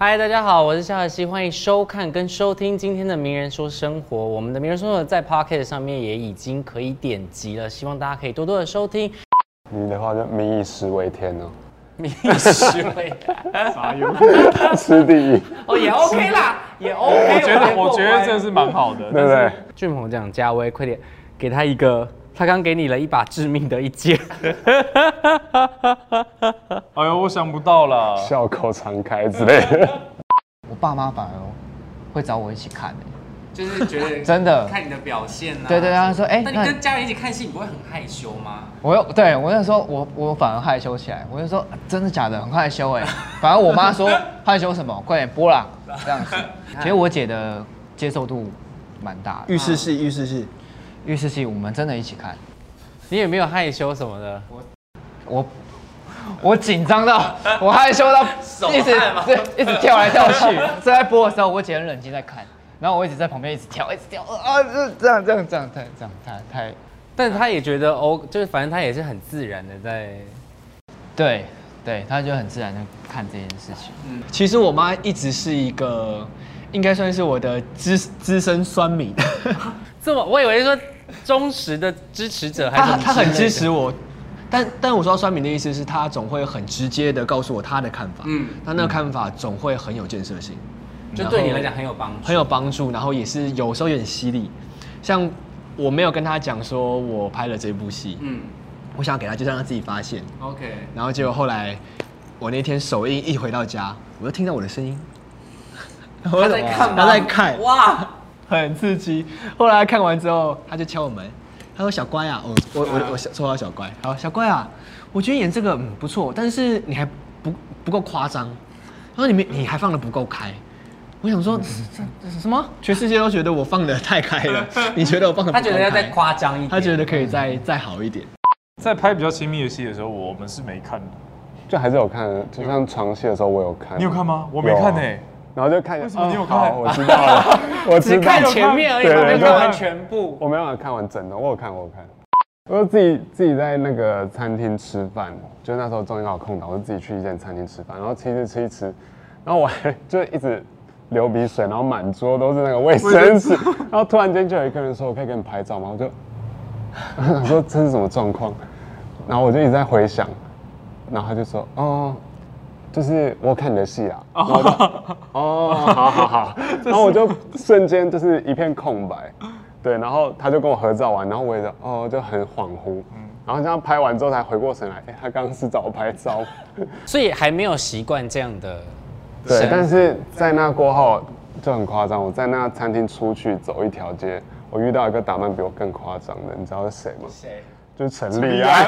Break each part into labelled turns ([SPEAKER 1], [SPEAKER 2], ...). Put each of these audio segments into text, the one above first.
[SPEAKER 1] 嗨，大家好，我是夏小希，欢迎收看跟收听今天的《名人说生活》。我们的《名人说生活》在 Pocket 上面也已经可以点击了，希望大家可以多多的收听。
[SPEAKER 2] 你的话就民以食为天哦呢、
[SPEAKER 1] 民以食为
[SPEAKER 3] 啥有？
[SPEAKER 2] 吃第 一，
[SPEAKER 1] 哦， 也 OK 啦，也 OK。
[SPEAKER 3] 我觉得我觉得这
[SPEAKER 1] 这
[SPEAKER 3] 是蛮好的，
[SPEAKER 2] 对不对？
[SPEAKER 1] 俊鹏讲嘉威，快点给他一个，他刚给你了一把致命的一剑。
[SPEAKER 3] 哎呦，我想不到啦。
[SPEAKER 2] 笑口常开之类的。
[SPEAKER 4] 我爸妈反而会找我一起看、欸，
[SPEAKER 5] 就是觉得
[SPEAKER 4] 真的
[SPEAKER 5] 看你的表现啊。
[SPEAKER 4] 对对对他说哎
[SPEAKER 5] 那
[SPEAKER 4] 那
[SPEAKER 5] 你跟家人一起看戏，你不会很害羞吗？
[SPEAKER 4] 我又对我那时候我我反而害羞起来，我就说真的假的，很 害羞哎、反正我妈说害羞什么，快点播啦 这样子。其实我姐的接受度蛮大的，
[SPEAKER 6] 浴室系，浴室系，
[SPEAKER 4] 浴室戏我们真的一起看，
[SPEAKER 1] 你也没有害羞什么的，
[SPEAKER 4] 我我紧张到我害羞到一直对一直跳来跳去。正在播的时候，我姐很冷静在看，然后我一直在旁边一直跳一直跳啊这这样这样这样太这样太太
[SPEAKER 1] 但他也觉得哦，就是反正他也是很自然的在。
[SPEAKER 4] 对对，她就很自然的看这件事情。
[SPEAKER 6] 其实我妈一直是一个，应该算是我的资资深酸民，
[SPEAKER 1] 这么，我以为是说忠实的支持者还是
[SPEAKER 6] 她
[SPEAKER 1] 什么
[SPEAKER 6] 她很
[SPEAKER 1] 之类
[SPEAKER 6] 支
[SPEAKER 1] 的
[SPEAKER 6] 持我，但但我说到酸民的意思是，她总会很直接的告诉我她的看法，嗯
[SPEAKER 5] 嗯，
[SPEAKER 6] 她那个看法总会很有建设性，
[SPEAKER 5] 就对你来讲很有帮助。
[SPEAKER 6] 很有帮助，然后也是有时候有点犀利，像我没有跟她讲说我拍了这部戏，
[SPEAKER 5] 嗯
[SPEAKER 6] 我想要给她就让她自己发现，
[SPEAKER 5] ，OK，
[SPEAKER 6] 然后结果后来我那天首映一回到家，我就听到我的声音，我
[SPEAKER 5] 他在看吗
[SPEAKER 6] 他在看，
[SPEAKER 5] 哇，
[SPEAKER 6] 很刺激。后来看完之后，他就敲我门，他说：“小乖啊，哦，我我我说到小乖，好，小乖啊，我觉得演这个嗯不错，但是你还不不够夸张，他说你没你还放的不够开。”我想说，这这什么？嗯全世界都觉得我放的太开 了，你觉得我放的？
[SPEAKER 5] 他觉得要再，夸张一点，
[SPEAKER 6] 他觉得可以再再好一点。
[SPEAKER 3] 在拍比较亲密的戏的时候，我们是没看的。
[SPEAKER 2] 就还是有看的，就像床戏的时候我有看。
[SPEAKER 3] 你有看吗？我没看欸呢、
[SPEAKER 2] 有啊然后就看，
[SPEAKER 3] 为什么你有看
[SPEAKER 2] 哦好我知道了，我知
[SPEAKER 1] 只
[SPEAKER 2] 道
[SPEAKER 1] 看
[SPEAKER 2] 了。
[SPEAKER 1] 前面而已，
[SPEAKER 2] 对
[SPEAKER 1] 还没有看完
[SPEAKER 3] 对
[SPEAKER 1] 全部。
[SPEAKER 2] 我没办法看完整的，我有看，我有看。我就自己自己在那个餐厅吃饭，就那时候终于刚好空档，我就自己去一间餐厅吃饭，然后吃一吃吃一吃，然后我还 就一直流鼻水，然后满桌都是那个卫生纸，然后突然间就有一个人说：“我可以给你拍照吗？”我就 我想说这是什么状况，然后我就一直在回想，然后他就说：“哦，就是我有看你的戏啊。”然后 我就哦，好好好，然后我就瞬间就是一片空白，对，然后他就跟我合照完，然后我也就哦就很恍惚，然后这样拍完之后才回过神来，哎、他刚刚是找我拍照，
[SPEAKER 1] 所以还没有习惯这样的。
[SPEAKER 2] 对，但是在那过后就很夸张，我在那餐厅出去走一条街，我遇到一个打扮比我更夸张的，你知道是谁吗？谁？就是陈立安，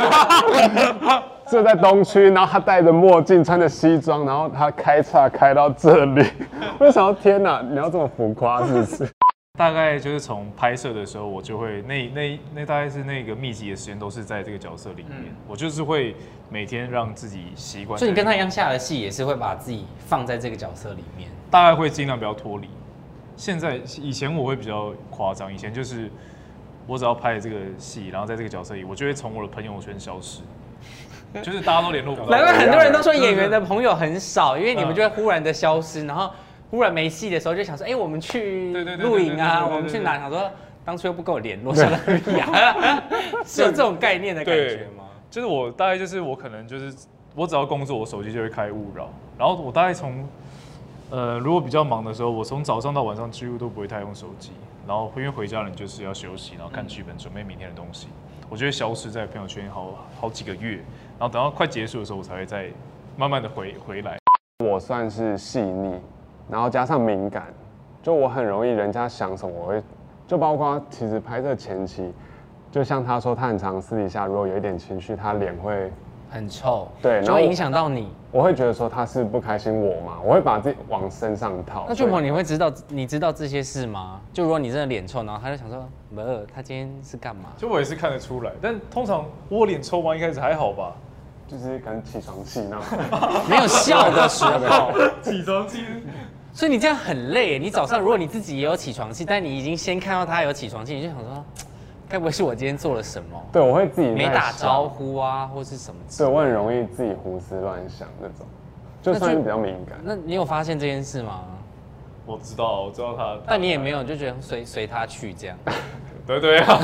[SPEAKER 2] 就在东区，然后他戴着墨镜，穿着西装，然后他开叉开到这里， 我就想到天哪，你要这么浮夸是不是？
[SPEAKER 3] 大概就是从拍摄的时候，我就会那那那大概是那个密集的时间都是在这个角色里面，我就是会每天让自己习惯。
[SPEAKER 1] 嗯所以你跟他一样，下的戏，也是会把自己放在这个角色里面。
[SPEAKER 3] 大概会尽量不要脱离。现在以前我会比较夸张，以前就是我只要拍这个戏，然后在这个角色里，我就会从我的朋友圈消失，就是大家都联络不到。
[SPEAKER 1] 难怪很多人都说演员的朋友很少，因为你们就会忽然的消失，然后忽然没戏的时候就想说，哎、我们去
[SPEAKER 3] 对对对对
[SPEAKER 1] 露营啊，
[SPEAKER 3] 对对对对
[SPEAKER 1] 我们去哪？想说当初又不跟我联络，想到 呀，是有这种概念的感觉吗？
[SPEAKER 3] 就是我大概就是我可能就是我只要工作，我手机就会开勿扰，然后我大概从呃如果比较忙的时候，我从早上到晚上几乎都不会太用手机，然后因为回家了你就是要休息，然后看剧本，准备明天的东西，我就会消失在朋友圈好好几个月，然后等到快结束的时候，我才会再慢慢的回回来。
[SPEAKER 2] 我算是细腻，然后加上敏感，就我很容易人家想什么，我会就包括其实拍摄前期，就像他说，他很常私底下如果有一点情绪，他脸会，
[SPEAKER 1] 很臭，
[SPEAKER 2] 对然
[SPEAKER 1] 就
[SPEAKER 2] 后
[SPEAKER 1] 会影响到你。
[SPEAKER 2] 我会觉得说他是不开心我嘛，我会把自己往身上套。
[SPEAKER 1] 那俊鹏，你会知道你知道这些事吗？就如果你真的脸臭，然后他就想说，没有，他今天是干嘛？
[SPEAKER 3] 就我也是看得出来，但通常我脸抽完一开始还好吧，
[SPEAKER 2] 对就是可能起床气那种，
[SPEAKER 1] 没有笑的时候，
[SPEAKER 3] 起床气
[SPEAKER 1] 所以你这样很累耶。你早上如果你自己也有起床气，但你已经先看到他有起床气，你就想说，该不会是我今天做了什么？
[SPEAKER 2] 对我会自己在
[SPEAKER 1] 没打
[SPEAKER 2] 想
[SPEAKER 1] 招，呼啊，或是什么之
[SPEAKER 2] 对
[SPEAKER 1] 类的？
[SPEAKER 2] 我很容易自己胡思乱想那种。就算是比较敏感。
[SPEAKER 1] 那你有发现这件事吗？
[SPEAKER 3] 我知道，我知道他。
[SPEAKER 1] 但你也没有就觉得随随他去这样。
[SPEAKER 3] 对对啊，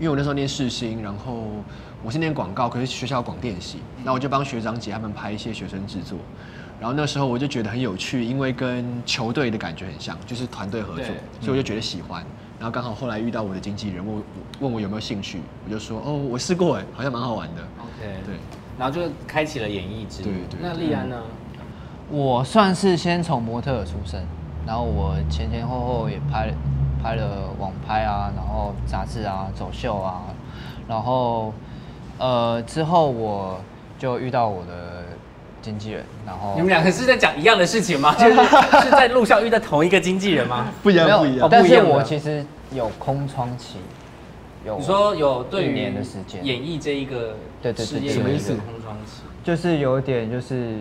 [SPEAKER 6] 因为我那时候念世新，然后我是念广告，可是学校有广电系，那我就帮学长姐他们拍一些学生制作。然后那时候我就觉得很有趣，因为跟球队的感觉很像，就是团队合作
[SPEAKER 4] 对，
[SPEAKER 6] 所以我就觉得喜欢。然后刚好后来遇到我的经纪人，问我问我有没有兴趣，我就说哦，我试过哎，好像蛮好玩的。
[SPEAKER 1] OK，
[SPEAKER 6] 对，
[SPEAKER 1] 然后就开启了演艺之路。
[SPEAKER 6] 对对对
[SPEAKER 1] 那丽安呢？
[SPEAKER 4] 我算是先从模特儿出身，然后我前前后后也拍了拍了网拍啊，然后杂志啊、走秀啊，然后呃之后我就遇到我的经纪人，然后
[SPEAKER 1] 你们两个是在讲一样的事情吗？就是是在路上遇到同一个经纪人吗？
[SPEAKER 6] 不一
[SPEAKER 4] 没
[SPEAKER 6] 样
[SPEAKER 4] 有
[SPEAKER 6] 不一样
[SPEAKER 4] 哦，但
[SPEAKER 1] 不一
[SPEAKER 4] 是
[SPEAKER 1] 样的
[SPEAKER 4] 我其实有空窗期，有
[SPEAKER 1] 你说有对于
[SPEAKER 4] 一年的时间
[SPEAKER 1] 演艺这一个
[SPEAKER 4] 对对对
[SPEAKER 1] 事业
[SPEAKER 4] 什
[SPEAKER 1] 有
[SPEAKER 4] 么
[SPEAKER 1] 一
[SPEAKER 4] 意
[SPEAKER 1] 个
[SPEAKER 4] 思
[SPEAKER 1] 空窗期，
[SPEAKER 4] 就是有一点就是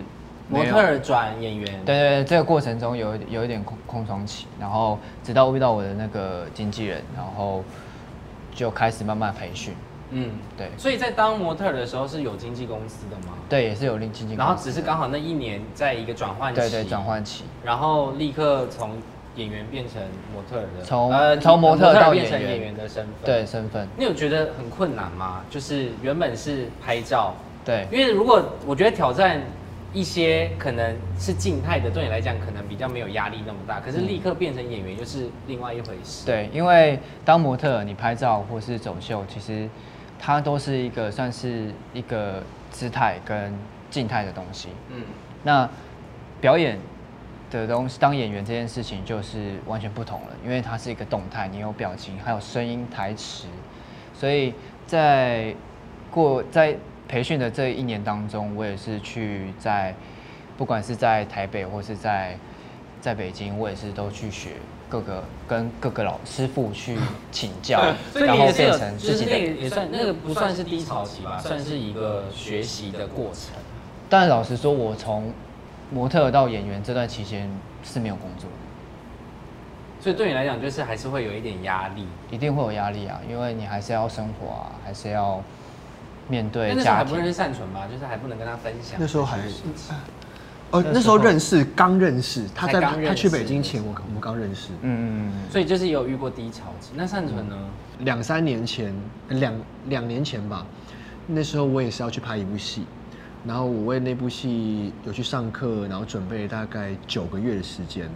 [SPEAKER 1] 模特儿转演员，
[SPEAKER 4] 对对对，这个过程中有一有一点空空窗期，然后直到遇到我的那个经纪人，然后就开始慢慢培训，
[SPEAKER 1] 嗯，
[SPEAKER 4] 对
[SPEAKER 1] 所以在当模特儿的时候是有经纪公司的吗？
[SPEAKER 4] 对，也是有另经纪公司，
[SPEAKER 1] 然后只是刚好那一年在一个转换期，
[SPEAKER 4] 对对转，换期，
[SPEAKER 1] 然后立刻从演员变成模特儿的，呃
[SPEAKER 4] 从从模特
[SPEAKER 1] 模
[SPEAKER 4] 到
[SPEAKER 1] 变成
[SPEAKER 4] 演员
[SPEAKER 1] 演员的身份。
[SPEAKER 4] 对，身份，
[SPEAKER 1] 你有觉得很困难吗？就是原本是拍照，
[SPEAKER 4] 对
[SPEAKER 1] 因为如果我觉得挑战一些可能是静态的，对你来讲可能比较没有压力那么大，可是立刻变成演员又是另外一回事。
[SPEAKER 4] 对，因为当模特儿你拍照或是走秀，其实它都是一个算是一个姿态跟静态的东西，
[SPEAKER 1] 嗯，，
[SPEAKER 4] 那表演的东西，当演员这件事情就是完全不同了，因为它是一个动态，你有表情，还有声音、台词，所以在过在培训的这一年当中，我也是去在不管是在台北或是在在北京，我也是都去学各个跟各个老师傅去请教
[SPEAKER 1] 所以
[SPEAKER 4] 然
[SPEAKER 1] 你
[SPEAKER 4] 后
[SPEAKER 1] 也是
[SPEAKER 4] 变
[SPEAKER 1] 有，
[SPEAKER 4] 成
[SPEAKER 1] 就
[SPEAKER 4] 自
[SPEAKER 1] 是
[SPEAKER 4] 己
[SPEAKER 1] 那
[SPEAKER 4] 的
[SPEAKER 1] 个也算那个不算是低潮期吧，算是一个学习的过程。
[SPEAKER 4] 但老实说，我从模特儿到演员这段期间是没有工作的。
[SPEAKER 1] 所以对你来讲，就是还是会有一点压力。
[SPEAKER 4] 一定会有压力啊，因为你还是要生活啊，还是要面对
[SPEAKER 1] 但那时候
[SPEAKER 4] 家
[SPEAKER 1] 还不认
[SPEAKER 4] 庭。
[SPEAKER 1] 识善存吧，就是还不能跟他分享。
[SPEAKER 6] 那时候还，哦，那时候认识，刚认识，他
[SPEAKER 1] 才
[SPEAKER 6] 在
[SPEAKER 1] 刚认识
[SPEAKER 6] 他去北京前，我我们刚认识，
[SPEAKER 4] 嗯，
[SPEAKER 1] 所以就是有遇过低潮期。那善存呢？
[SPEAKER 6] 两三年前，两两年前吧，那时候我也是要去拍一部戏，然后我为那部戏有去上课，然后准备了大概九个月的时间。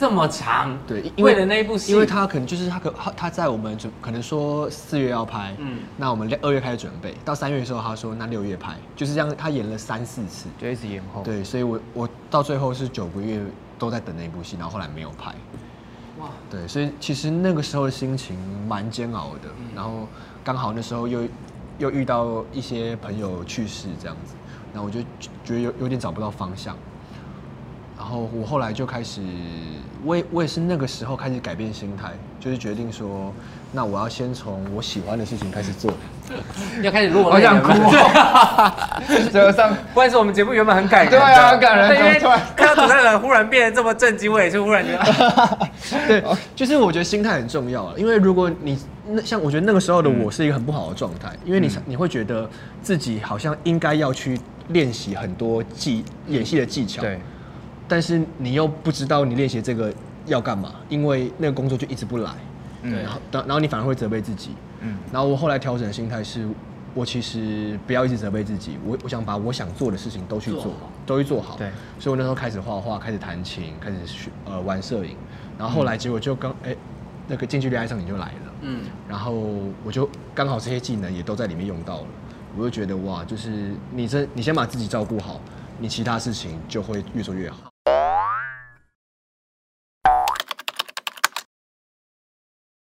[SPEAKER 1] 这么长，
[SPEAKER 6] 对，因
[SPEAKER 1] 为了那一部戏，
[SPEAKER 6] 因为他可能就是他可他他在我们准可能说四月要拍，
[SPEAKER 1] 嗯
[SPEAKER 6] 嗯，那我们二月开始准备，到三月的时候他说那六月拍，就是这样，他演了三四次。
[SPEAKER 4] 就一直延后。
[SPEAKER 6] 对，所以我我到最后是九个月都在等那一部戏，然后后来没有拍。
[SPEAKER 1] 哇
[SPEAKER 6] 哇，对，所以其实那个时候的心情蛮煎熬的，然后刚好那时候又又遇到一些朋友去世这样子，然后我就觉觉得有有点找不到方向。然后我后来就开始，我也我也是那个时候开始改变心态，就是决定说，那我要先从我喜欢的事情开始做。
[SPEAKER 1] 要开始落泪了，
[SPEAKER 4] 好想哭哦
[SPEAKER 1] 对
[SPEAKER 4] 折上
[SPEAKER 1] 不然是我们节目原本很感人的，
[SPEAKER 4] 对啊很感人
[SPEAKER 1] 但因为
[SPEAKER 4] 怎么突然
[SPEAKER 1] 看到主持人忽然变得这么震惊，我也是忽然觉得，
[SPEAKER 6] 对，就是我觉得心态很重要啊，因为如果你那像我觉得那个时候的我是一个很不好的状态，因为你你会觉得自己好像应该要去练习很多技演戏的技巧，
[SPEAKER 4] 对，
[SPEAKER 6] 但是你又不知道你练习这个要干嘛，因为那个工作就一直不来，
[SPEAKER 4] 嗯
[SPEAKER 6] 然后然后你反而会责备自己，
[SPEAKER 4] 嗯
[SPEAKER 6] 然后我后来调整的心态是，我其实不要一直责备自己，我我想把我想做的事情都去做，都去做好。
[SPEAKER 4] 对，
[SPEAKER 6] 所以我那时候开始画画，开始弹琴，开始学呃玩摄影，然后后来结果就刚哎、那个近距离爱上你就来了，
[SPEAKER 1] 嗯，
[SPEAKER 6] 然后我就刚好这些技能也都在里面用到了，我就觉得哇，就是你这你先把自己照顾好，你其他事情就会越做越好。